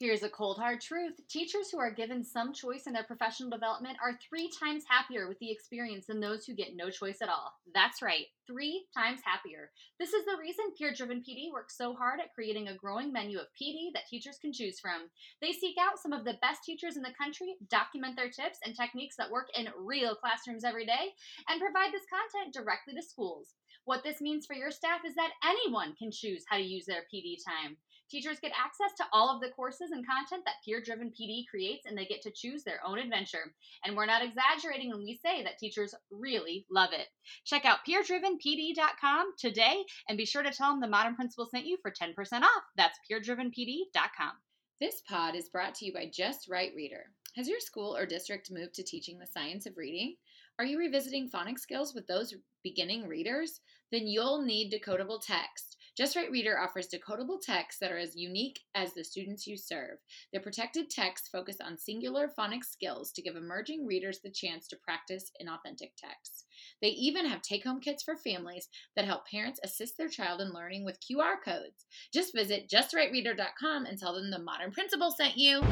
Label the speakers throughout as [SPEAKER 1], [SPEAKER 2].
[SPEAKER 1] Here's a cold hard truth teachers who are given some choice in their professional development are three times happier with the experience than those who get no choice at all. That's right, three times happier. This is the reason Peer Driven PD works so hard at creating a growing menu of PD that teachers can choose from. They seek out some of the best teachers in the country, document their tips and techniques that work in real classrooms every day, and provide this content directly to schools. What this means for your staff is that anyone can choose how to use their PD time. Teachers get access to all of the courses and content that Peer Driven PD creates, and they get to choose their own adventure. And we're not exaggerating when we say that teachers really love it. Check out peerdrivenpd.com today and be sure to tell them the Modern Principal sent you for 10% off. That's peerdrivenpd.com.
[SPEAKER 2] This pod is brought to you by Just Right Reader. Has your school or district moved to teaching the science of reading? Are you revisiting phonics skills with those beginning readers? Then you'll need decodable text. Just Right Reader offers decodable texts that are as unique as the students you serve. Their protected texts focus on singular phonics skills to give emerging readers the chance to practice in authentic texts. They even have take home kits for families that help parents assist their child in learning with QR codes. Just visit justrightreader.com and tell them the modern principal sent you.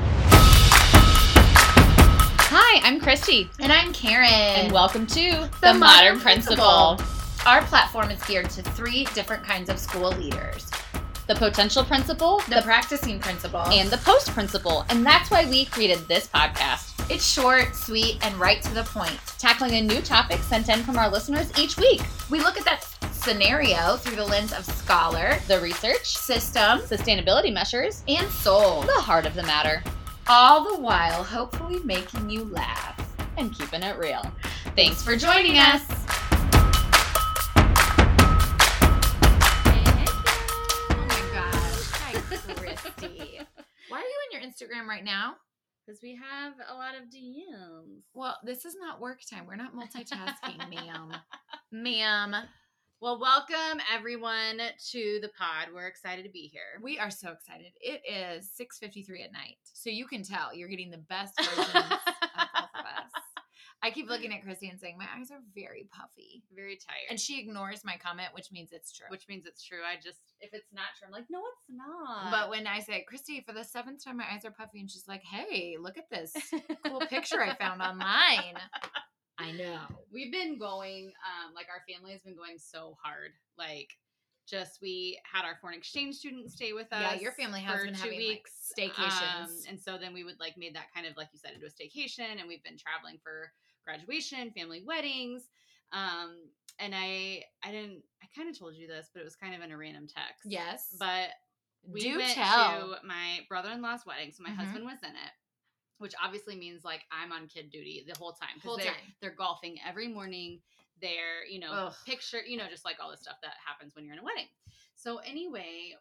[SPEAKER 2] Hi, I'm Christy.
[SPEAKER 1] And I'm Karen.
[SPEAKER 2] And welcome to
[SPEAKER 1] The Modern Principal.
[SPEAKER 2] Our platform is geared to three different kinds of school leaders
[SPEAKER 1] the potential principal,
[SPEAKER 2] the practicing principal,
[SPEAKER 1] and the post principal. And that's why we created this podcast,
[SPEAKER 2] it's short, sweet, and right to the point.
[SPEAKER 1] tackling a new topic sent in from our listeners each week.
[SPEAKER 2] We look at that scenario through the lens of scholar,
[SPEAKER 1] The research,
[SPEAKER 2] system,
[SPEAKER 1] sustainability measures,
[SPEAKER 2] and soul,
[SPEAKER 1] the heart of the matter,
[SPEAKER 2] all the while hopefully making you laugh.
[SPEAKER 1] and keeping it real.
[SPEAKER 2] Thanks for joining us. Why are you on your Instagram right now?
[SPEAKER 1] Because we have a lot of DMs.
[SPEAKER 2] Well, this is not work time. We're not multitasking, ma'am. Ma'am.
[SPEAKER 1] Well, welcome everyone to the pod. We're excited to be here.
[SPEAKER 2] We are so excited. It is 6:53 at night. So you can tell you're getting the best versions of both of us. I keep looking at Christy and saying, My eyes are very puffy.
[SPEAKER 1] Very tired.
[SPEAKER 2] And she ignores my comment, which means it's true.
[SPEAKER 1] which means it's true. I just, if it's not true, I'm like, no, it's not.
[SPEAKER 2] but when I say, Christy, for the seventh time, my eyes are puffy, and she's like, Hey, look at this cool picture I found online. I know.
[SPEAKER 1] we've been going um like our family has been going so hard like just we had our foreign exchange student stay with us
[SPEAKER 2] Yeah, your family has
[SPEAKER 1] for
[SPEAKER 2] been
[SPEAKER 1] two
[SPEAKER 2] having, like, um,
[SPEAKER 1] weeks um,
[SPEAKER 2] staycations.
[SPEAKER 1] and so then we would like made that kind of like you said into a staycation and we've been traveling for graduation family weddings um and i i didn't i kind of told you this but it was kind of in a random text
[SPEAKER 2] Yes.
[SPEAKER 1] but we
[SPEAKER 2] do
[SPEAKER 1] went
[SPEAKER 2] tell.
[SPEAKER 1] to my brother-in-law's wedding so my
[SPEAKER 2] Mhm.
[SPEAKER 1] husband was in it which obviously means like i'm on kid duty the whole time 'cause
[SPEAKER 2] Whole
[SPEAKER 1] they're-
[SPEAKER 2] time.
[SPEAKER 1] they're golfing every morning they're you know
[SPEAKER 2] Ugh.
[SPEAKER 1] picture you know just like all the stuff that happens when you're in a wedding so anyway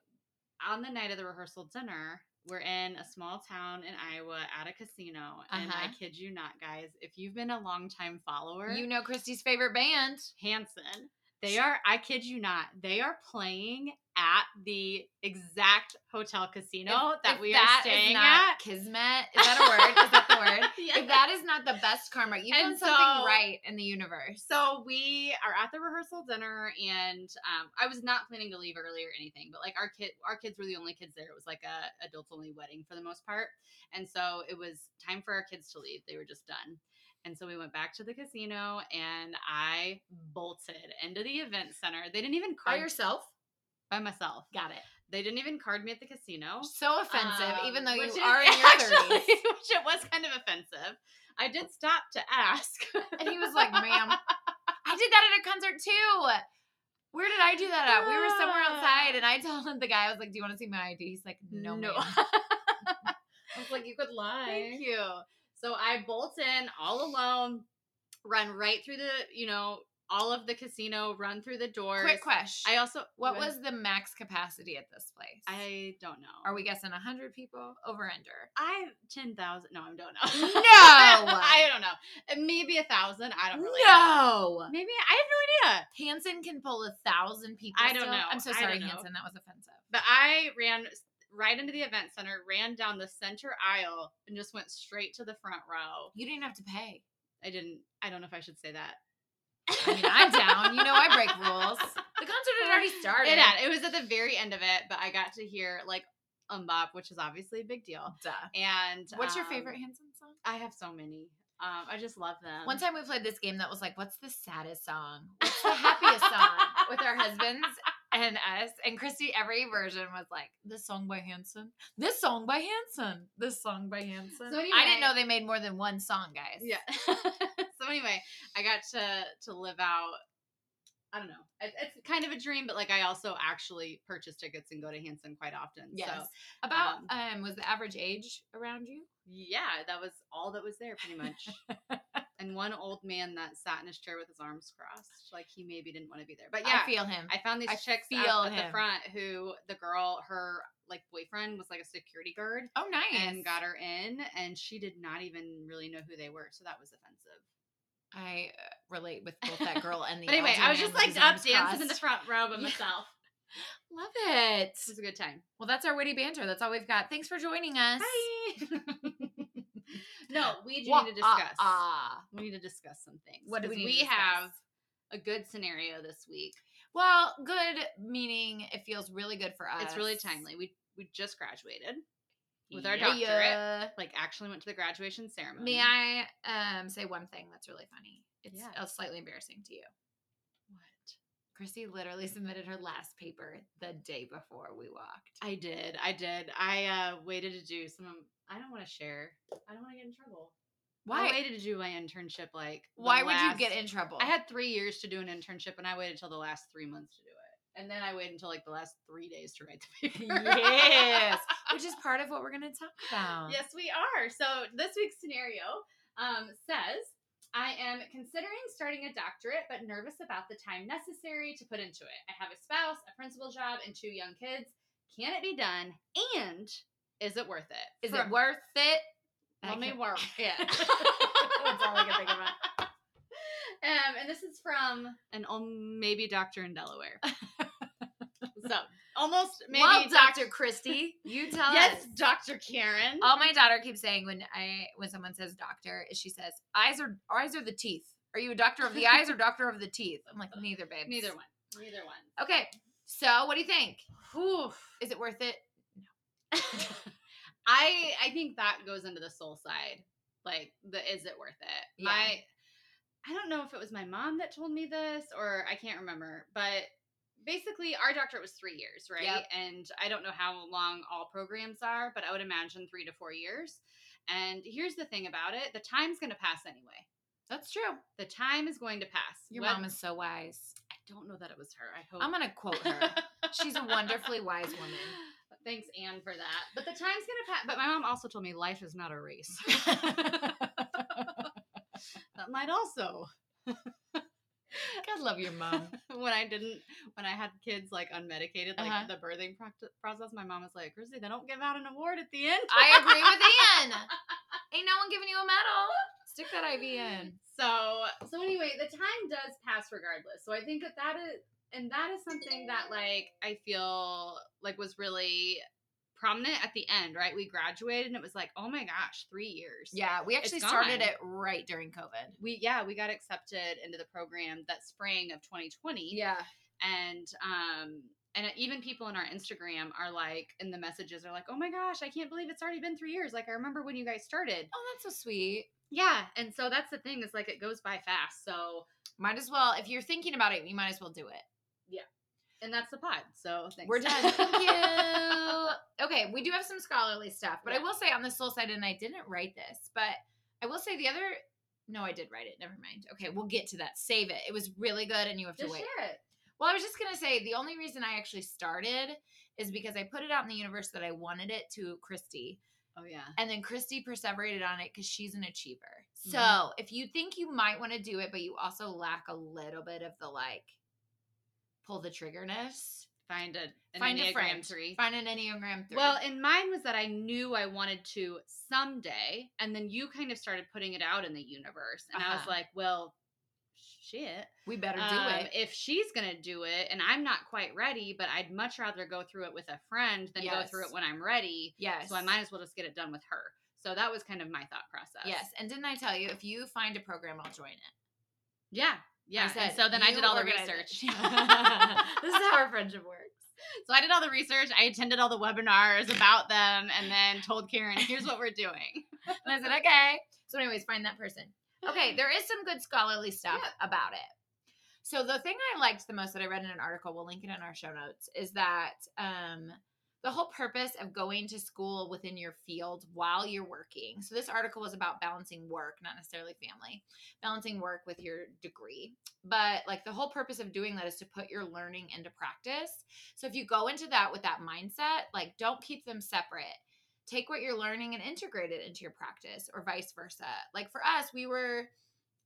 [SPEAKER 1] on the night of the rehearsal dinner we're in a small town in iowa at a casino and i
[SPEAKER 2] Uh-huh.
[SPEAKER 1] kid you not guys if you've been a longtime follower
[SPEAKER 2] You know Christy's favorite band.
[SPEAKER 1] Hanson. They are, I kid you not, they are playing at the exact hotel casino
[SPEAKER 2] If-
[SPEAKER 1] that
[SPEAKER 2] if
[SPEAKER 1] we
[SPEAKER 2] that
[SPEAKER 1] are
[SPEAKER 2] is
[SPEAKER 1] staying
[SPEAKER 2] not
[SPEAKER 1] at.
[SPEAKER 2] Kismet. Is that a word? Is that the word?
[SPEAKER 1] Yes.
[SPEAKER 2] If that is not the best karma, you've
[SPEAKER 1] And
[SPEAKER 2] done something
[SPEAKER 1] so-
[SPEAKER 2] right in the universe.
[SPEAKER 1] So we are at the rehearsal dinner, and um, I was not planning to leave early or anything, but like our kid, our kids were the only kids there. It was like a adults only wedding for the most part, and so it was time for our kids to leave. They were just done, and so we went back to the casino, and I bolted into the event center. They didn't even
[SPEAKER 2] By
[SPEAKER 1] card
[SPEAKER 2] yourself.
[SPEAKER 1] by myself.
[SPEAKER 2] Got it.
[SPEAKER 1] They didn't even card me at the casino.
[SPEAKER 2] So offensive,
[SPEAKER 1] Um,
[SPEAKER 2] even though you
[SPEAKER 1] which is
[SPEAKER 2] are in your
[SPEAKER 1] actually-
[SPEAKER 2] 30s.
[SPEAKER 1] Which it was kind of offensive. I did stop to ask.
[SPEAKER 2] And he was like, ma'am, I did that at a concert too. Where did I do that at? We were somewhere outside, and I told the guy, I was like, do you want to see my ID? He's like, no, no. Ma'am. I was like, you could lie.
[SPEAKER 1] Thank you. So I bolt in all alone, run right through the, you know, all of the casino, run through the doors.
[SPEAKER 2] Quick question.
[SPEAKER 1] I also
[SPEAKER 2] what
[SPEAKER 1] run-
[SPEAKER 2] was the max capacity at this place?
[SPEAKER 1] I don't know.
[SPEAKER 2] Are we guessing 100 people? Over under?
[SPEAKER 1] I ten thousand? No, I don't know.
[SPEAKER 2] No!
[SPEAKER 1] I don't know. Maybe a thousand. I don't really. know.
[SPEAKER 2] No.
[SPEAKER 1] Maybe I have no idea.
[SPEAKER 2] Hanson can pull a thousand people.
[SPEAKER 1] I don't
[SPEAKER 2] still?
[SPEAKER 1] know.
[SPEAKER 2] I'm so
[SPEAKER 1] I
[SPEAKER 2] sorry,
[SPEAKER 1] don't know.
[SPEAKER 2] Hanson. That was offensive.
[SPEAKER 1] But I ran s- right into the event center, ran down the center aisle, and just went straight to the front row.
[SPEAKER 2] You didn't have to pay.
[SPEAKER 1] I didn't. I don't know if I should say that.
[SPEAKER 2] I mean, I'm down. You know, I break rules. The concert had already started.
[SPEAKER 1] It had. It was at the very end of it, but I got to hear like um up, which is obviously a big deal.
[SPEAKER 2] Duh.
[SPEAKER 1] And
[SPEAKER 2] What's your
[SPEAKER 1] um,
[SPEAKER 2] favorite Hanson song?
[SPEAKER 1] I have so many. Um, I just love them.
[SPEAKER 2] One time we played this game that was like, "What's the saddest song? What's the happiest song?" with our husbands and us. And Christy, every version was like, "This song by Hanson. This song by Hanson. This song by Hanson."
[SPEAKER 1] So
[SPEAKER 2] I
[SPEAKER 1] anyway-
[SPEAKER 2] didn't know they made more than one song, guys.
[SPEAKER 1] Yeah. so anyway, I got to to live out. I don't know. It, it's kind of a dream, but like I also actually purchase tickets and go to Hanson quite often.
[SPEAKER 2] Yes.
[SPEAKER 1] So
[SPEAKER 2] About
[SPEAKER 1] Um,
[SPEAKER 2] um, was the average age around you?
[SPEAKER 1] yeah, that was all that was there pretty much. and one old man that sat in his chair with his arms crossed, like he maybe didn't want to be there. But yeah,
[SPEAKER 2] I feel him.
[SPEAKER 1] I found these
[SPEAKER 2] I
[SPEAKER 1] chicks
[SPEAKER 2] feel
[SPEAKER 1] out at the
[SPEAKER 2] him.
[SPEAKER 1] front who the girl, her like boyfriend was like a security guard
[SPEAKER 2] oh, nice.
[SPEAKER 1] and got her in, and she did not even really know who they were, so that was offensive.
[SPEAKER 2] I uh, relate with both that girl and the.
[SPEAKER 1] But anyway,
[SPEAKER 2] elder
[SPEAKER 1] I was just
[SPEAKER 2] man
[SPEAKER 1] like
[SPEAKER 2] with his
[SPEAKER 1] up
[SPEAKER 2] arms
[SPEAKER 1] dancing in the
[SPEAKER 2] crossed.
[SPEAKER 1] front row by
[SPEAKER 2] Yeah.
[SPEAKER 1] myself.
[SPEAKER 2] Love it.
[SPEAKER 1] It was a good time.
[SPEAKER 2] Well, that's our witty banter. That's all we've got. Thanks for joining us.
[SPEAKER 1] no, we do
[SPEAKER 2] Wah,
[SPEAKER 1] need to
[SPEAKER 2] ah,
[SPEAKER 1] discuss.
[SPEAKER 2] ah.
[SPEAKER 1] we need to discuss some things.
[SPEAKER 2] What do
[SPEAKER 1] 'cause
[SPEAKER 2] we need to discuss?
[SPEAKER 1] have a good scenario this week.
[SPEAKER 2] Well, good meaning. It feels really good for us.
[SPEAKER 1] It's really timely. We we just graduated with our
[SPEAKER 2] Yeah.
[SPEAKER 1] doctorate. Like actually went to the graduation ceremony.
[SPEAKER 2] May I um, say one thing that's really funny? It's
[SPEAKER 1] Yeah.
[SPEAKER 2] uh, slightly embarrassing to you.
[SPEAKER 1] What?
[SPEAKER 2] Chrissy literally submitted her last paper the day before we walked.
[SPEAKER 1] I did. I did. I uh waited to do some. I don't want to share. I don't want to get in trouble. I
[SPEAKER 2] Why?
[SPEAKER 1] waited to do my internship. Like the
[SPEAKER 2] Why would you
[SPEAKER 1] last-
[SPEAKER 2] get in trouble?
[SPEAKER 1] I had three years to do an internship, and I waited till the last three months to do it, and then I waited until like the last three days to write the paper.
[SPEAKER 2] yes, which is part of what we're going to talk about.
[SPEAKER 1] yes, we are. So this week's scenario um, says. I am considering starting a doctorate, but nervous about the time necessary to put into it. I have a spouse, a principal job, and two young kids. Can it be done? And is it worth it?
[SPEAKER 2] Is
[SPEAKER 1] From-
[SPEAKER 2] it worth it?
[SPEAKER 1] Let
[SPEAKER 2] I
[SPEAKER 1] me
[SPEAKER 2] can't-
[SPEAKER 1] work. Yeah.
[SPEAKER 2] That's all I can think about.
[SPEAKER 1] Um, and this is from an um, maybe doctor in Delaware. so almost maybe
[SPEAKER 2] well,
[SPEAKER 1] doc-
[SPEAKER 2] Dr. Christy, you tell us.
[SPEAKER 1] Yes, Uh, Dr. Karen.
[SPEAKER 2] All my daughter keeps saying when I when someone says doctor, is she says eyes are eyes are the teeth. Are you a doctor of the eyes or doctor of the teeth? I'm like neither, babe.
[SPEAKER 1] Neither one. Neither one.
[SPEAKER 2] Okay, so what do you think?
[SPEAKER 1] Whew.
[SPEAKER 2] Is it worth it?
[SPEAKER 1] I I think that goes into the soul side. Like the is it worth it?
[SPEAKER 2] Yeah.
[SPEAKER 1] My I don't know if it was my mom that told me this or I can't remember, but basically our doctorate was three years, right?
[SPEAKER 2] Yep.
[SPEAKER 1] And I don't know how long all programs are, but I would imagine three to four years. And here's the thing about it the time's gonna pass anyway.
[SPEAKER 2] That's true.
[SPEAKER 1] The time is going to pass.
[SPEAKER 2] Your
[SPEAKER 1] Whe-
[SPEAKER 2] mom is so wise.
[SPEAKER 1] I don't know that it was her. I hope
[SPEAKER 2] I'm gonna quote her. She's a wonderfully wise woman.
[SPEAKER 1] Thanks, Anne, for that. But the time's gonna pass. But my mom also told me life is not a race. that might also
[SPEAKER 2] God love your mom.
[SPEAKER 1] when I didn't when I had kids like unmedicated, like
[SPEAKER 2] Uh-huh.
[SPEAKER 1] the birthing proct- process. My mom was like, "Chrissy, they don't give out an award at the end."
[SPEAKER 2] I agree with Anne. Ain't no one giving you a medal. Stick that IV in.
[SPEAKER 1] So so anyway, the time does pass regardless. So I think that that is and that is something that like I feel like was really prominent at the end, right? We graduated and it was like, "Oh my gosh, 3 years."
[SPEAKER 2] Yeah, we actually
[SPEAKER 1] It's
[SPEAKER 2] started
[SPEAKER 1] gone.
[SPEAKER 2] it right during COVID.
[SPEAKER 1] We yeah, we got accepted into the program that spring of 2020.
[SPEAKER 2] Yeah.
[SPEAKER 1] and um and even people on our instagram are like in the messages are like oh my gosh i can't believe it's already been three years like i remember when you guys started
[SPEAKER 2] Oh, that's so sweet.
[SPEAKER 1] yeah and so that's the thing is like it goes by fast so
[SPEAKER 2] Might as well, if you're thinking about it, you might as well do it.
[SPEAKER 1] and that's the pod so thanks
[SPEAKER 2] We're done. Thank you. Okay, we do have some scholarly stuff, but I
[SPEAKER 1] Yeah.
[SPEAKER 2] will say on the soul side, and I didn't write this, but I will say the other. No, I did write it. Never mind. Okay, we'll get to that. Save it. It was really good, and you have to
[SPEAKER 1] just
[SPEAKER 2] wait.
[SPEAKER 1] share it
[SPEAKER 2] Well, I was just gonna say the only reason I actually started is because I put it out in the universe that I wanted it to Christy,
[SPEAKER 1] oh yeah
[SPEAKER 2] and then Christy perseverated on it because she's an achiever. So
[SPEAKER 1] Mhm.
[SPEAKER 2] if you think you might want to do it, but you also lack a little bit of the like pull the triggerness,
[SPEAKER 1] find a an
[SPEAKER 2] Find a
[SPEAKER 1] Enneagram
[SPEAKER 2] friend.
[SPEAKER 1] three
[SPEAKER 2] Find an Enneagram 3.
[SPEAKER 1] well and mine was that i knew i wanted to someday and then you kind of started putting it out in the universe and i was
[SPEAKER 2] Uh-huh.
[SPEAKER 1] like well shit
[SPEAKER 2] we better do
[SPEAKER 1] Um,
[SPEAKER 2] it.
[SPEAKER 1] If she's gonna do it and I'm not quite ready, but I'd much rather go through it with a friend than go through
[SPEAKER 2] Yes.
[SPEAKER 1] it when I'm ready.
[SPEAKER 2] Yes.
[SPEAKER 1] So I might as well just get it done with her. So that was kind of my thought process.
[SPEAKER 2] Yes. And didn't I tell you, if you find a program, I'll join it?
[SPEAKER 1] Yeah. Yeah.
[SPEAKER 2] I
[SPEAKER 1] and
[SPEAKER 2] said,
[SPEAKER 1] so then I
[SPEAKER 2] "You
[SPEAKER 1] did all the
[SPEAKER 2] organize it."
[SPEAKER 1] research.
[SPEAKER 2] this is how our friendship works.
[SPEAKER 1] So I did all the research. I attended all the webinars about them and then told Karen, here's what we're doing.
[SPEAKER 2] And I said, okay. So, anyways, find that person. Okay, there is some good scholarly stuff about it. So, the thing I liked the most that I read in an article, we'll link it in our show notes, is that um, the whole purpose of going to school within your field while you're working. So, this article was about balancing work, not necessarily family, balancing work with your degree. But, like, the whole purpose of doing that is to put your learning into practice. So, if you go into that with that mindset, like, don't keep them separate take what you're learning and integrate it into your practice or vice versa. Like for us, we were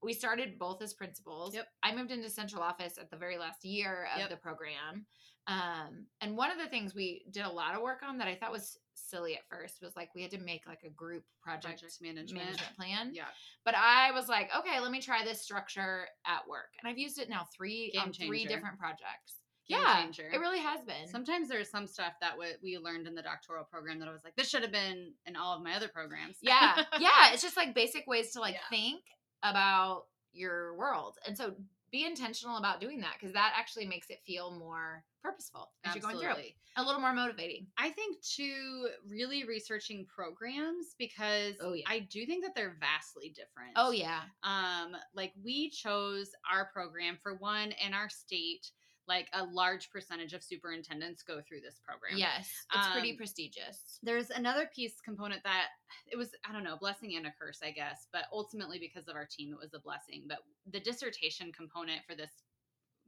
[SPEAKER 2] we started both as principals.
[SPEAKER 1] Yep.
[SPEAKER 2] I moved into central office at the very last year of
[SPEAKER 1] Yep.
[SPEAKER 2] the program. Um, and one of the things we did a lot of work on that I thought was silly at first was like we had to make like a group project,
[SPEAKER 1] Project management.
[SPEAKER 2] management. plan.
[SPEAKER 1] Yeah.
[SPEAKER 2] But I was like, okay, let me try this structure at work. And I've used it now three
[SPEAKER 1] Game
[SPEAKER 2] on three
[SPEAKER 1] changer.
[SPEAKER 2] different projects.
[SPEAKER 1] Game
[SPEAKER 2] yeah.
[SPEAKER 1] changer.
[SPEAKER 2] It really has been.
[SPEAKER 1] Sometimes there's some stuff that w- we learned in the doctoral program that I was like, this should have been in all of my other programs.
[SPEAKER 2] yeah yeah it's just like basic ways to like
[SPEAKER 1] Yeah.
[SPEAKER 2] think about your world and so be intentional about doing that because that actually makes it feel more purposeful as
[SPEAKER 1] Absolutely.
[SPEAKER 2] you're going through a little more motivating
[SPEAKER 1] I think too, really researching programs because
[SPEAKER 2] Oh, yeah.
[SPEAKER 1] I do think that they're vastly different.
[SPEAKER 2] oh yeah
[SPEAKER 1] um like we chose our program for one in our state like a large percentage of superintendents go through this program
[SPEAKER 2] yes it's pretty
[SPEAKER 1] Um,
[SPEAKER 2] prestigious
[SPEAKER 1] there's another piece component that it was i don't know a blessing and a curse i guess but ultimately because of our team it was a blessing but the dissertation component for this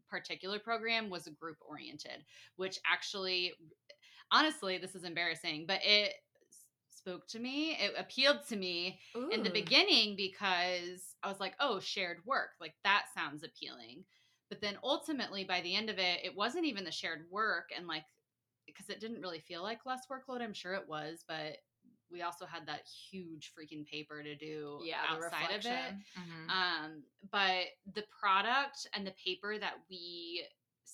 [SPEAKER 1] particular program was group oriented which actually honestly this is embarrassing but it s- spoke to me it appealed to me in the
[SPEAKER 2] Ooh.
[SPEAKER 1] beginning because I was like, oh, shared work. Like that sounds appealing. But then ultimately by the end of it, it wasn't even the shared work and like because it didn't really feel like less workload. I'm sure it was, but we also had that huge freaking paper to do
[SPEAKER 2] yeah the
[SPEAKER 1] outside of it.
[SPEAKER 2] reflection. Mhm.
[SPEAKER 1] Um, but the product and the paper that we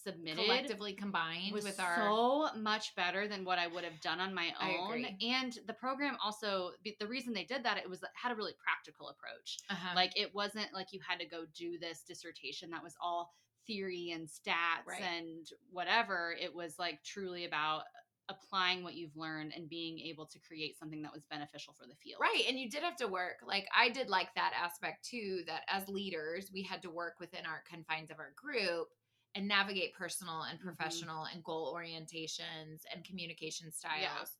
[SPEAKER 1] submitted
[SPEAKER 2] collectively combined
[SPEAKER 1] was
[SPEAKER 2] with our
[SPEAKER 1] so much better than what I would have done on my
[SPEAKER 2] I
[SPEAKER 1] own.
[SPEAKER 2] agree.
[SPEAKER 1] And the program also be- the reason they did that it was had a really practical approach.
[SPEAKER 2] uh-huh.
[SPEAKER 1] Like it wasn't like you had to go do this dissertation that was all theory and stats
[SPEAKER 2] Right.
[SPEAKER 1] and whatever. It was like truly about applying what you've learned and being able to create something that was beneficial for the field.
[SPEAKER 2] Right. And you did have to work. Like, I did like that aspect too, that as leaders, we had to work within our confines of our group and navigate personal and
[SPEAKER 1] Mhm.
[SPEAKER 2] professional and goal orientations and communication styles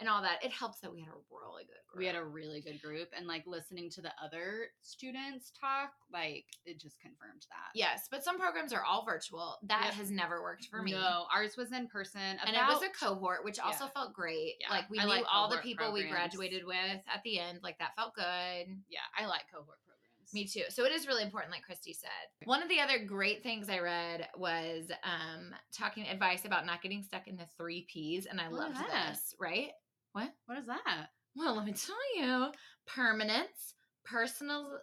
[SPEAKER 2] and all that. It helps that we had a really good group.
[SPEAKER 1] We had a really good group and like listening to the other students talk, like it just confirmed that.
[SPEAKER 2] Yes. But some programs are all virtual. That
[SPEAKER 1] Yep.
[SPEAKER 2] has never worked for me.
[SPEAKER 1] No, ours was in person.
[SPEAKER 2] and it was
[SPEAKER 1] about-
[SPEAKER 2] a cohort, which also
[SPEAKER 1] Yeah.
[SPEAKER 2] felt great.
[SPEAKER 1] Yeah,
[SPEAKER 2] Like we
[SPEAKER 1] I
[SPEAKER 2] knew
[SPEAKER 1] like
[SPEAKER 2] all the
[SPEAKER 1] cohort
[SPEAKER 2] people we
[SPEAKER 1] programs.
[SPEAKER 2] graduated with at the end. Like that felt good.
[SPEAKER 1] yeah, I like cohort programs.
[SPEAKER 2] Me too. So it is really important, like Christy said. One of the other great things I read was um, talking advice about not getting stuck in the three P's, and I
[SPEAKER 1] What
[SPEAKER 2] loved
[SPEAKER 1] is that?
[SPEAKER 2] this. Right?
[SPEAKER 1] What is that?
[SPEAKER 2] Well, let me tell you: permanence, personal,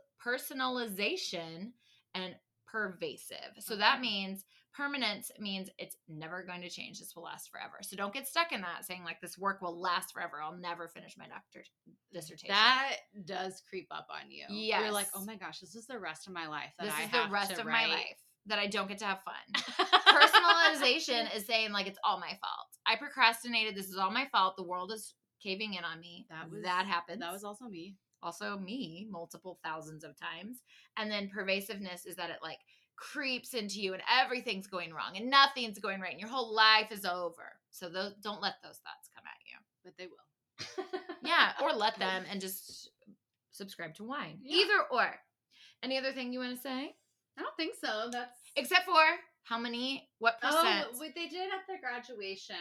[SPEAKER 2] personalization, and pervasive. So that
[SPEAKER 1] Okay.
[SPEAKER 2] means permanence means it's never going to change. This will last forever. So don't get stuck in that saying like this work will last forever. I'll never finish my doctor dissertation.
[SPEAKER 1] That does creep up on you. You're like, oh
[SPEAKER 2] Yes.
[SPEAKER 1] my gosh, this is the rest of my life. That
[SPEAKER 2] this
[SPEAKER 1] I
[SPEAKER 2] is
[SPEAKER 1] have
[SPEAKER 2] the rest
[SPEAKER 1] to
[SPEAKER 2] of my
[SPEAKER 1] write."
[SPEAKER 2] life that I don't get to have fun. personalization is saying like it's all my fault. I procrastinated. This is all my fault. The world is caving in on me. That
[SPEAKER 1] That was-
[SPEAKER 2] happens.
[SPEAKER 1] That was also me.
[SPEAKER 2] also me multiple thousands of times. And then pervasiveness is that it like creeps into you and everything's going wrong and nothing's going right and your whole life is over. So those don't let those thoughts come at you.
[SPEAKER 1] But they will.
[SPEAKER 2] Yeah, or let them and just subscribe to wine.
[SPEAKER 1] Yeah.
[SPEAKER 2] Either or. Any other thing you want to say?
[SPEAKER 1] I don't think so. That's
[SPEAKER 2] Except for how many? What percent?
[SPEAKER 1] Oh, what they did at the graduation,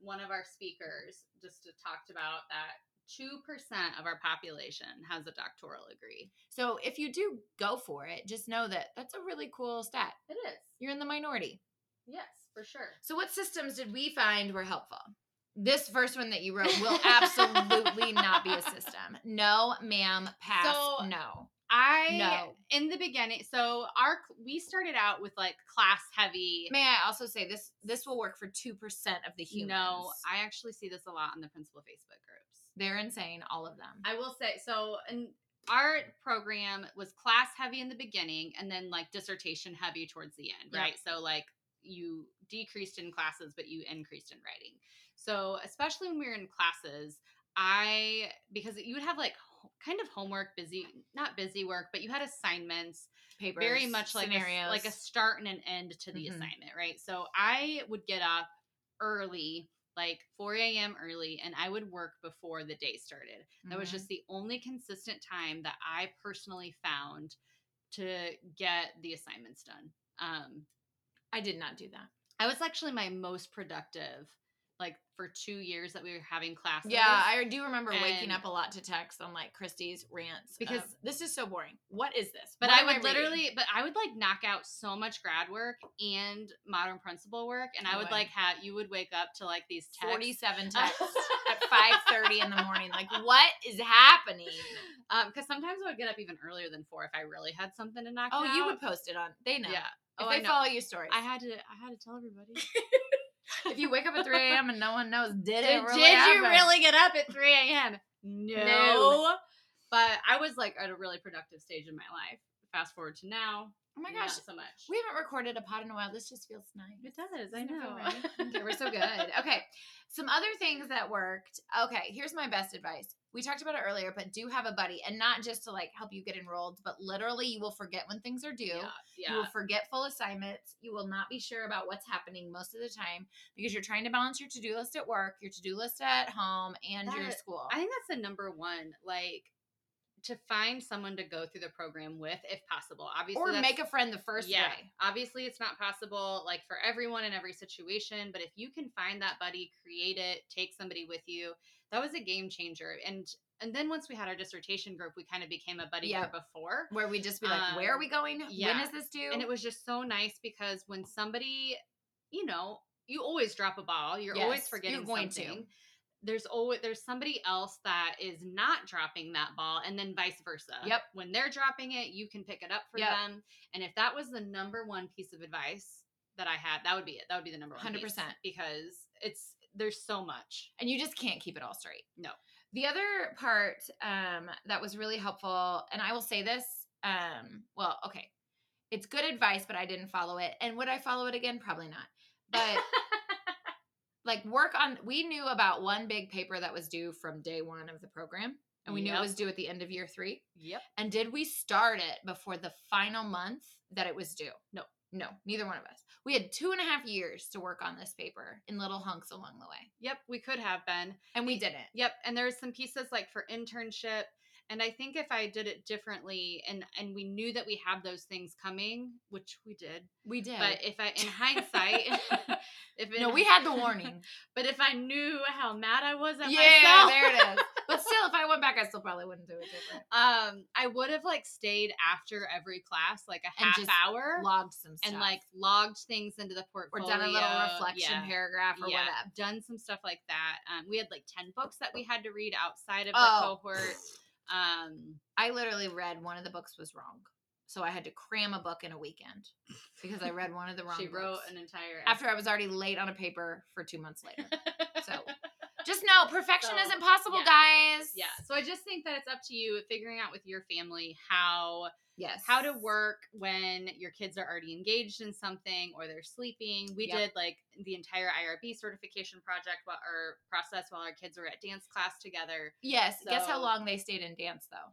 [SPEAKER 1] one of our speakers just talked about that two percent of our population has a doctoral degree.
[SPEAKER 2] So if you do go for it, just know that that's a really cool stat.
[SPEAKER 1] It is.
[SPEAKER 2] You're in the minority.
[SPEAKER 1] Yes, for sure.
[SPEAKER 2] So what systems did we find were helpful? This first one that you wrote will absolutely not be a system. No, ma'am, pass.
[SPEAKER 1] So-
[SPEAKER 2] no,
[SPEAKER 1] I
[SPEAKER 2] no.
[SPEAKER 1] in the beginning so our we started out with like class heavy
[SPEAKER 2] May I also say this? This will work for two percent of the humans.
[SPEAKER 1] no i actually see this a lot on the principal facebook groups
[SPEAKER 2] they're insane. All of them.
[SPEAKER 1] i will say so and our program was class heavy in the beginning and then like dissertation heavy towards the end
[SPEAKER 2] Yeah.
[SPEAKER 1] right so like you decreased in classes, but you increased in writing. So especially when we were in classes, I because you would have like ho- kind of homework, busy not busy work, but you had assignments
[SPEAKER 2] Papers,
[SPEAKER 1] very much like a,
[SPEAKER 2] scenarios.
[SPEAKER 1] like a start and an end to the
[SPEAKER 2] Mhm.
[SPEAKER 1] assignment, right? So I would get up early, like 4 a.m. early, and I would work before the day started. That was
[SPEAKER 2] Mhm.
[SPEAKER 1] just the only consistent time that I personally found to get the assignments done. Um,
[SPEAKER 2] I did not do that.
[SPEAKER 1] I was actually my most productive, like for two years that we were having classes.
[SPEAKER 2] Yeah, I do remember waking
[SPEAKER 1] and-
[SPEAKER 2] up a lot to text on like Christie's rants
[SPEAKER 1] Because-
[SPEAKER 2] of, this is so boring. What is this?
[SPEAKER 1] But
[SPEAKER 2] What
[SPEAKER 1] I
[SPEAKER 2] am
[SPEAKER 1] would
[SPEAKER 2] reading?"
[SPEAKER 1] literally, but I would like knock out so much grad work and modern principle work, and I
[SPEAKER 2] Oh,
[SPEAKER 1] would
[SPEAKER 2] wow.
[SPEAKER 1] like have you would wake up to like these texts.
[SPEAKER 2] forty-seven texts at five thirty in the morning. Like, what is happening?
[SPEAKER 1] because Um, sometimes I would get up even earlier than four if I really had something to knock
[SPEAKER 2] Oh,
[SPEAKER 1] out.
[SPEAKER 2] you would post it on. They know.
[SPEAKER 1] Yeah.
[SPEAKER 2] If
[SPEAKER 1] oh,
[SPEAKER 2] they
[SPEAKER 1] I know.
[SPEAKER 2] follow your stories,
[SPEAKER 1] I had to. I had to tell everybody.
[SPEAKER 2] if you wake up at three a.m. and no one knows, did
[SPEAKER 1] Did,
[SPEAKER 2] it? Really
[SPEAKER 1] did you
[SPEAKER 2] happen? Oh
[SPEAKER 1] really get up at 3 a.m.? No. But I was like at a really productive stage in my life. Fast forward to now.
[SPEAKER 2] Oh my
[SPEAKER 1] not
[SPEAKER 2] gosh,
[SPEAKER 1] so much.
[SPEAKER 2] we haven't recorded a pod in a while. This just feels nice.
[SPEAKER 1] it does. I
[SPEAKER 2] Doesn't it feel
[SPEAKER 1] know.
[SPEAKER 2] right? Okay, we're so good. Okay. Some other things that worked. Okay, here's my best advice. We talked about it earlier, but do have a buddy and not just to like help you get enrolled, but literally you will forget when things are due.
[SPEAKER 1] Yeah.
[SPEAKER 2] You will
[SPEAKER 1] yeah.
[SPEAKER 2] forget full assignments. You will not be sure about what's happening most of the time because you're trying to balance your to-do list at work, your to-do list at home, and your
[SPEAKER 1] That-
[SPEAKER 2] school.
[SPEAKER 1] I think that's the number one. Like to find someone to go through the program with, if possible. Obviously,
[SPEAKER 2] or
[SPEAKER 1] that's-
[SPEAKER 2] make a friend the first
[SPEAKER 1] yeah,
[SPEAKER 2] day.
[SPEAKER 1] Obviously, it's not possible like for everyone in every situation, but if you can find that buddy, create it, take somebody with you, that was a game changer. And and then once we had our dissertation group, we kind of became a buddy
[SPEAKER 2] Yep.
[SPEAKER 1] group before.
[SPEAKER 2] Where we just be like, where are
[SPEAKER 1] Um,
[SPEAKER 2] we going? When
[SPEAKER 1] yeah.
[SPEAKER 2] is this due?
[SPEAKER 1] And it was just so nice because when somebody, you know, you always drop a ball, you're
[SPEAKER 2] Yes,
[SPEAKER 1] always
[SPEAKER 2] you're
[SPEAKER 1] forgetting
[SPEAKER 2] going to.
[SPEAKER 1] something. There's always there's somebody else that is not dropping that ball, and then vice versa.
[SPEAKER 2] Yep.
[SPEAKER 1] When they're dropping it, you can pick it up for
[SPEAKER 2] Yep.
[SPEAKER 1] them. And if that was the number one piece of advice that I had, that would be it. That would be the number one. piece,
[SPEAKER 2] 100%.
[SPEAKER 1] because it's there's so much.
[SPEAKER 2] and you just can't keep it all straight.
[SPEAKER 1] No.
[SPEAKER 2] The other part um, that was really helpful, and I will say this, um, well, okay, it's good advice, but I didn't follow it. And would I follow it again? Probably not. But like work on, we knew about one big paper that was due from day one of the program, and we knew it
[SPEAKER 1] Yep.
[SPEAKER 2] was due at the end of year three.
[SPEAKER 1] Yep.
[SPEAKER 2] And did we start it before the final month that it was due?
[SPEAKER 1] No.
[SPEAKER 2] No, neither one of us. We had two and a half years to work on this paper in little hunks along the way,
[SPEAKER 1] Yep. We could have been.
[SPEAKER 2] and we didn't.
[SPEAKER 1] Yep, and there's some pieces like for internship, and I think if I did it differently, and and we knew that we had those things coming, which we did,
[SPEAKER 2] We did.
[SPEAKER 1] but if I, in hindsight, if
[SPEAKER 2] no,
[SPEAKER 1] in-
[SPEAKER 2] we had the warning.
[SPEAKER 1] but if I knew how mad I was at
[SPEAKER 2] yeah,
[SPEAKER 1] myself,
[SPEAKER 2] there it is. But still, if I went back, I still probably wouldn't do it different.
[SPEAKER 1] um, I would have like stayed after every class, like a
[SPEAKER 2] And
[SPEAKER 1] half
[SPEAKER 2] just
[SPEAKER 1] hour,
[SPEAKER 2] Logged some stuff
[SPEAKER 1] and like logged things into the
[SPEAKER 2] or
[SPEAKER 1] portfolio,
[SPEAKER 2] done a little reflection
[SPEAKER 1] yeah.
[SPEAKER 2] paragraph or
[SPEAKER 1] yeah,
[SPEAKER 2] whatever.
[SPEAKER 1] done some stuff like that. Um, we had like ten books that we had to read outside of the
[SPEAKER 2] Oh.
[SPEAKER 1] cohort. Um,
[SPEAKER 2] I literally read one of the books was wrong, so I had to cram a book in a weekend because I read one of the wrong.
[SPEAKER 1] she wrote
[SPEAKER 2] books
[SPEAKER 1] an entire
[SPEAKER 2] after I was already late on a paper for two months later. So just know perfection is
[SPEAKER 1] So,
[SPEAKER 2] impossible,
[SPEAKER 1] yeah.
[SPEAKER 2] guys.
[SPEAKER 1] yeah so i just think that it's up to you figuring out with your family how
[SPEAKER 2] Yes.
[SPEAKER 1] how to work when your kids are already engaged in something or they're sleeping we
[SPEAKER 2] Yep.
[SPEAKER 1] did like the entire irb certification project while, or process while our kids were at dance class together
[SPEAKER 2] Yes. Guess how
[SPEAKER 1] So-
[SPEAKER 2] long they stayed in dance though?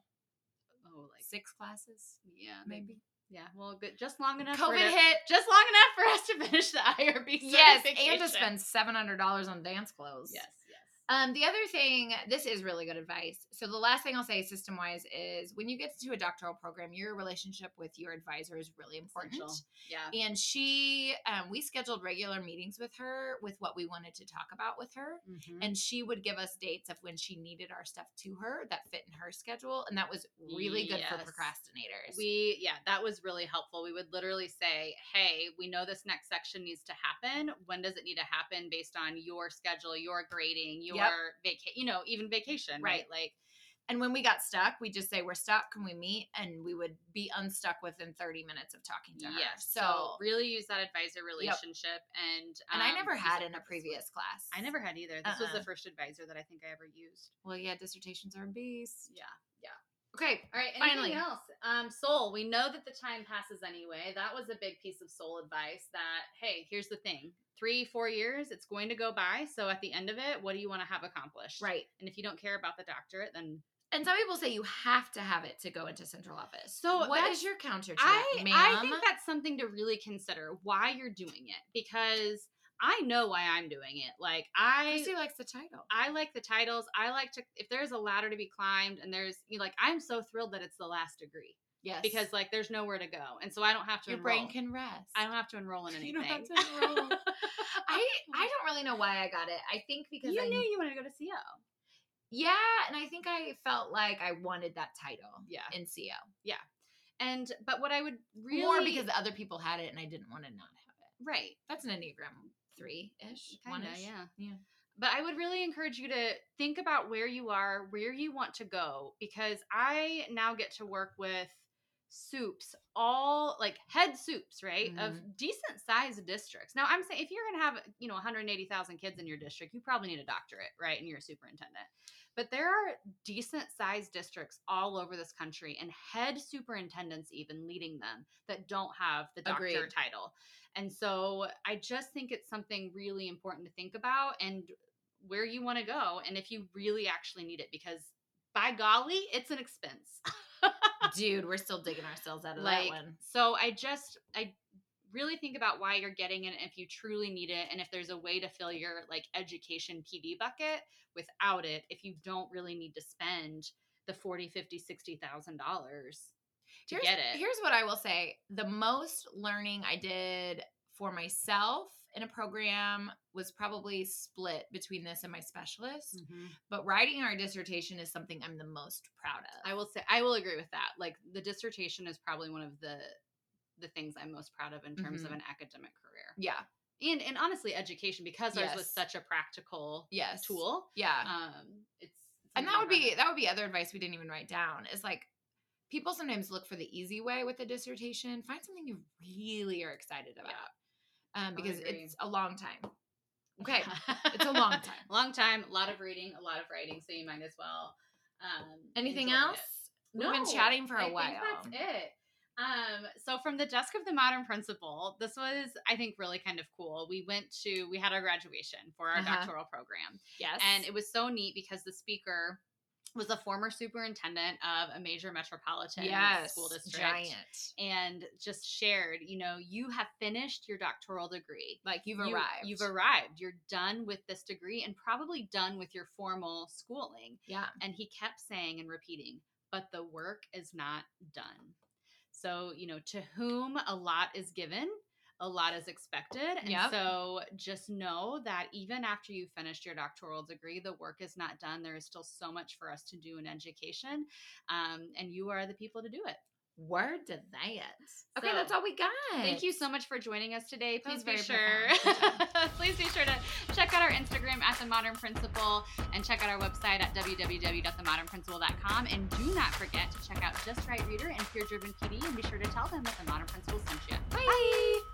[SPEAKER 1] oh like
[SPEAKER 2] Six classes,
[SPEAKER 1] yeah they-
[SPEAKER 2] maybe.
[SPEAKER 1] yeah well good just long enough for
[SPEAKER 2] COVID
[SPEAKER 1] it-
[SPEAKER 2] hit.
[SPEAKER 1] just long enough for us to finish the irb
[SPEAKER 2] Yes, and
[SPEAKER 1] certification.
[SPEAKER 2] to spend seven hundred dollars on dance clothes.
[SPEAKER 1] yes yes
[SPEAKER 2] Um, the other thing, this is really good advice. So the last thing I'll say, system wise, is when you get to a doctoral program, your relationship with your advisor is really important.
[SPEAKER 1] Essential. yeah
[SPEAKER 2] And she, um, we scheduled regular meetings with her with what we wanted to talk about with her.
[SPEAKER 1] Mhm.
[SPEAKER 2] And she would give us dates of when she needed our stuff to her that fit in her schedule. And that was really good for
[SPEAKER 1] Yes.
[SPEAKER 2] procrastinators.
[SPEAKER 1] We yeah, that was really helpful. We would literally say, "Hey, we know this next section needs to happen. When does it need to happen based on your schedule, your grading, your
[SPEAKER 2] Yep.
[SPEAKER 1] vaca- you know, even vacation, right?
[SPEAKER 2] Right.
[SPEAKER 1] Like
[SPEAKER 2] and when we got stuck, we just say, We're stuck. Can we meet? And we would be unstuck within 30 minutes of talking to her.
[SPEAKER 1] yeah. So,
[SPEAKER 2] so
[SPEAKER 1] really use that advisor relationship and
[SPEAKER 2] and I
[SPEAKER 1] um,
[SPEAKER 2] never
[SPEAKER 1] use
[SPEAKER 2] had
[SPEAKER 1] it
[SPEAKER 2] in a
[SPEAKER 1] purposely.
[SPEAKER 2] previous class.
[SPEAKER 1] I never had either. This was
[SPEAKER 2] Uh-uh.
[SPEAKER 1] the first advisor that I think I ever used.
[SPEAKER 2] Well, yeah, dissertations are a beast.
[SPEAKER 1] Yeah.
[SPEAKER 2] Okay.
[SPEAKER 1] All right. Anything
[SPEAKER 2] Finally.
[SPEAKER 1] else? Um, soul. We know that the time passes anyway. That was a big piece of soul advice. That hey, here's the thing: three, four years, it's going to go by. So at the end of it, what do you want to have accomplished?
[SPEAKER 2] Right.
[SPEAKER 1] And if you don't care about the doctorate, then
[SPEAKER 2] And some people say you have to have it to go into central office.
[SPEAKER 1] So
[SPEAKER 2] what
[SPEAKER 1] that's-
[SPEAKER 2] is your counter to
[SPEAKER 1] I
[SPEAKER 2] that, ma'am?
[SPEAKER 1] I think that's something to really consider why you're doing it because I know why I'm doing it. Like I
[SPEAKER 2] Chrissy likes the title.
[SPEAKER 1] I like the titles. I like to if there's a ladder to be climbed and there's you know, like I'm so thrilled that it's the last degree
[SPEAKER 2] Yes.
[SPEAKER 1] because like there's nowhere to go and so I don't have to
[SPEAKER 2] your
[SPEAKER 1] enroll.
[SPEAKER 2] brain can rest.
[SPEAKER 1] I don't have to enroll in anything.
[SPEAKER 2] You don't have to enroll. I I don't really know why I got it. I think because
[SPEAKER 1] you
[SPEAKER 2] I
[SPEAKER 1] knew you wanted to go to CO.
[SPEAKER 2] yeah, and I think I felt like I wanted that title
[SPEAKER 1] Yeah.
[SPEAKER 2] in CO
[SPEAKER 1] And but what I would really
[SPEAKER 2] more because other people had it and I didn't want to not have it.
[SPEAKER 1] right.
[SPEAKER 2] That's an enneagram three ish, one
[SPEAKER 1] Kinda,
[SPEAKER 2] ish.
[SPEAKER 1] yeah.
[SPEAKER 2] yeah.
[SPEAKER 1] But I would really encourage you to think about where you are, where you want to go, because I now get to work with soups, all like head soups, right?
[SPEAKER 2] Mm-hmm.
[SPEAKER 1] Of decent sized districts. Now, I'm saying if you're going to have, you know, 180,000 kids in your district, you probably need a doctorate, right? And you're a superintendent. But there are decent sized districts all over this country and head superintendents, even leading them, that don't have the doctor
[SPEAKER 2] Agreed.
[SPEAKER 1] title. And so I just think it's something really important to think about and where you want to go and if you really actually need it because by golly, it's an expense.
[SPEAKER 2] Dude, we're still digging ourselves out of that
[SPEAKER 1] like
[SPEAKER 2] one.
[SPEAKER 1] so I just I really think about why you're getting it and if you truly need it and if there's a way to fill your like education PD bucket without it if you don't really need to spend the 40, 50, 60,000 dollars to
[SPEAKER 2] here's,
[SPEAKER 1] get it.
[SPEAKER 2] Here's what I will say: the most learning I did for myself in a program was probably split between this and my specialist.
[SPEAKER 1] Mm-hmm.
[SPEAKER 2] But writing our dissertation is something I'm the most proud of.
[SPEAKER 1] I will say I will agree with that. Like the dissertation is probably one of the the things I'm most proud of in terms of
[SPEAKER 2] Mhm.
[SPEAKER 1] an academic career.
[SPEAKER 2] yeah.
[SPEAKER 1] And and honestly education because ours was
[SPEAKER 2] Yes.
[SPEAKER 1] such a practical
[SPEAKER 2] Yes.
[SPEAKER 1] tool.
[SPEAKER 2] Yeah.
[SPEAKER 1] Um it's something
[SPEAKER 2] and that
[SPEAKER 1] I'm
[SPEAKER 2] would
[SPEAKER 1] proud
[SPEAKER 2] be
[SPEAKER 1] of.
[SPEAKER 2] that would be other advice we didn't even write down. Is like people sometimes look for the easy way with a dissertation. Find something you really are excited about. Um,
[SPEAKER 1] would
[SPEAKER 2] because
[SPEAKER 1] agree.
[SPEAKER 2] it's a long time. Okay. it's a long time.
[SPEAKER 1] long time, a lot of reading, a lot of writing, so you might as well. Um,
[SPEAKER 2] Anything
[SPEAKER 1] enjoy it.
[SPEAKER 2] else? We've been
[SPEAKER 1] No,
[SPEAKER 2] chatting for a
[SPEAKER 1] I think
[SPEAKER 2] while.
[SPEAKER 1] that's it. Um, so from the desk of the modern principal, this was I think really kind of cool. We went to we had our graduation for our
[SPEAKER 2] Uh-huh.
[SPEAKER 1] doctoral program,
[SPEAKER 2] Yes.
[SPEAKER 1] and it was so neat because the speaker was a former superintendent of a major metropolitan school district.
[SPEAKER 2] Giant.
[SPEAKER 1] And just shared, you know, you have finished your doctoral degree.
[SPEAKER 2] Like you've
[SPEAKER 1] you-
[SPEAKER 2] arrived.
[SPEAKER 1] You've arrived. You're done with this degree and probably done with your formal schooling.
[SPEAKER 2] Yeah.
[SPEAKER 1] And he kept saying and repeating, but the work is not done. So, you know, to whom a lot is given, a lot is expected. And
[SPEAKER 2] Yep.
[SPEAKER 1] so just know that even after you finished your doctoral degree, the work is not done. There is still so much for us to do in education. Um, and you are the people to do it.
[SPEAKER 2] Word to that. Okay,
[SPEAKER 1] So,
[SPEAKER 2] that's all we got.
[SPEAKER 1] Thank you so much for joining us today.
[SPEAKER 2] That
[SPEAKER 1] Please
[SPEAKER 2] was
[SPEAKER 1] be sure.
[SPEAKER 2] very profound.
[SPEAKER 1] Please be sure to check out our Instagram at the Modern Principle and check out our website at www.themodernprinciple.com. And do not forget to check out Just Right Reader and Peer Driven PD and be sure to tell them that the Modern Principle sent you.
[SPEAKER 2] Bye.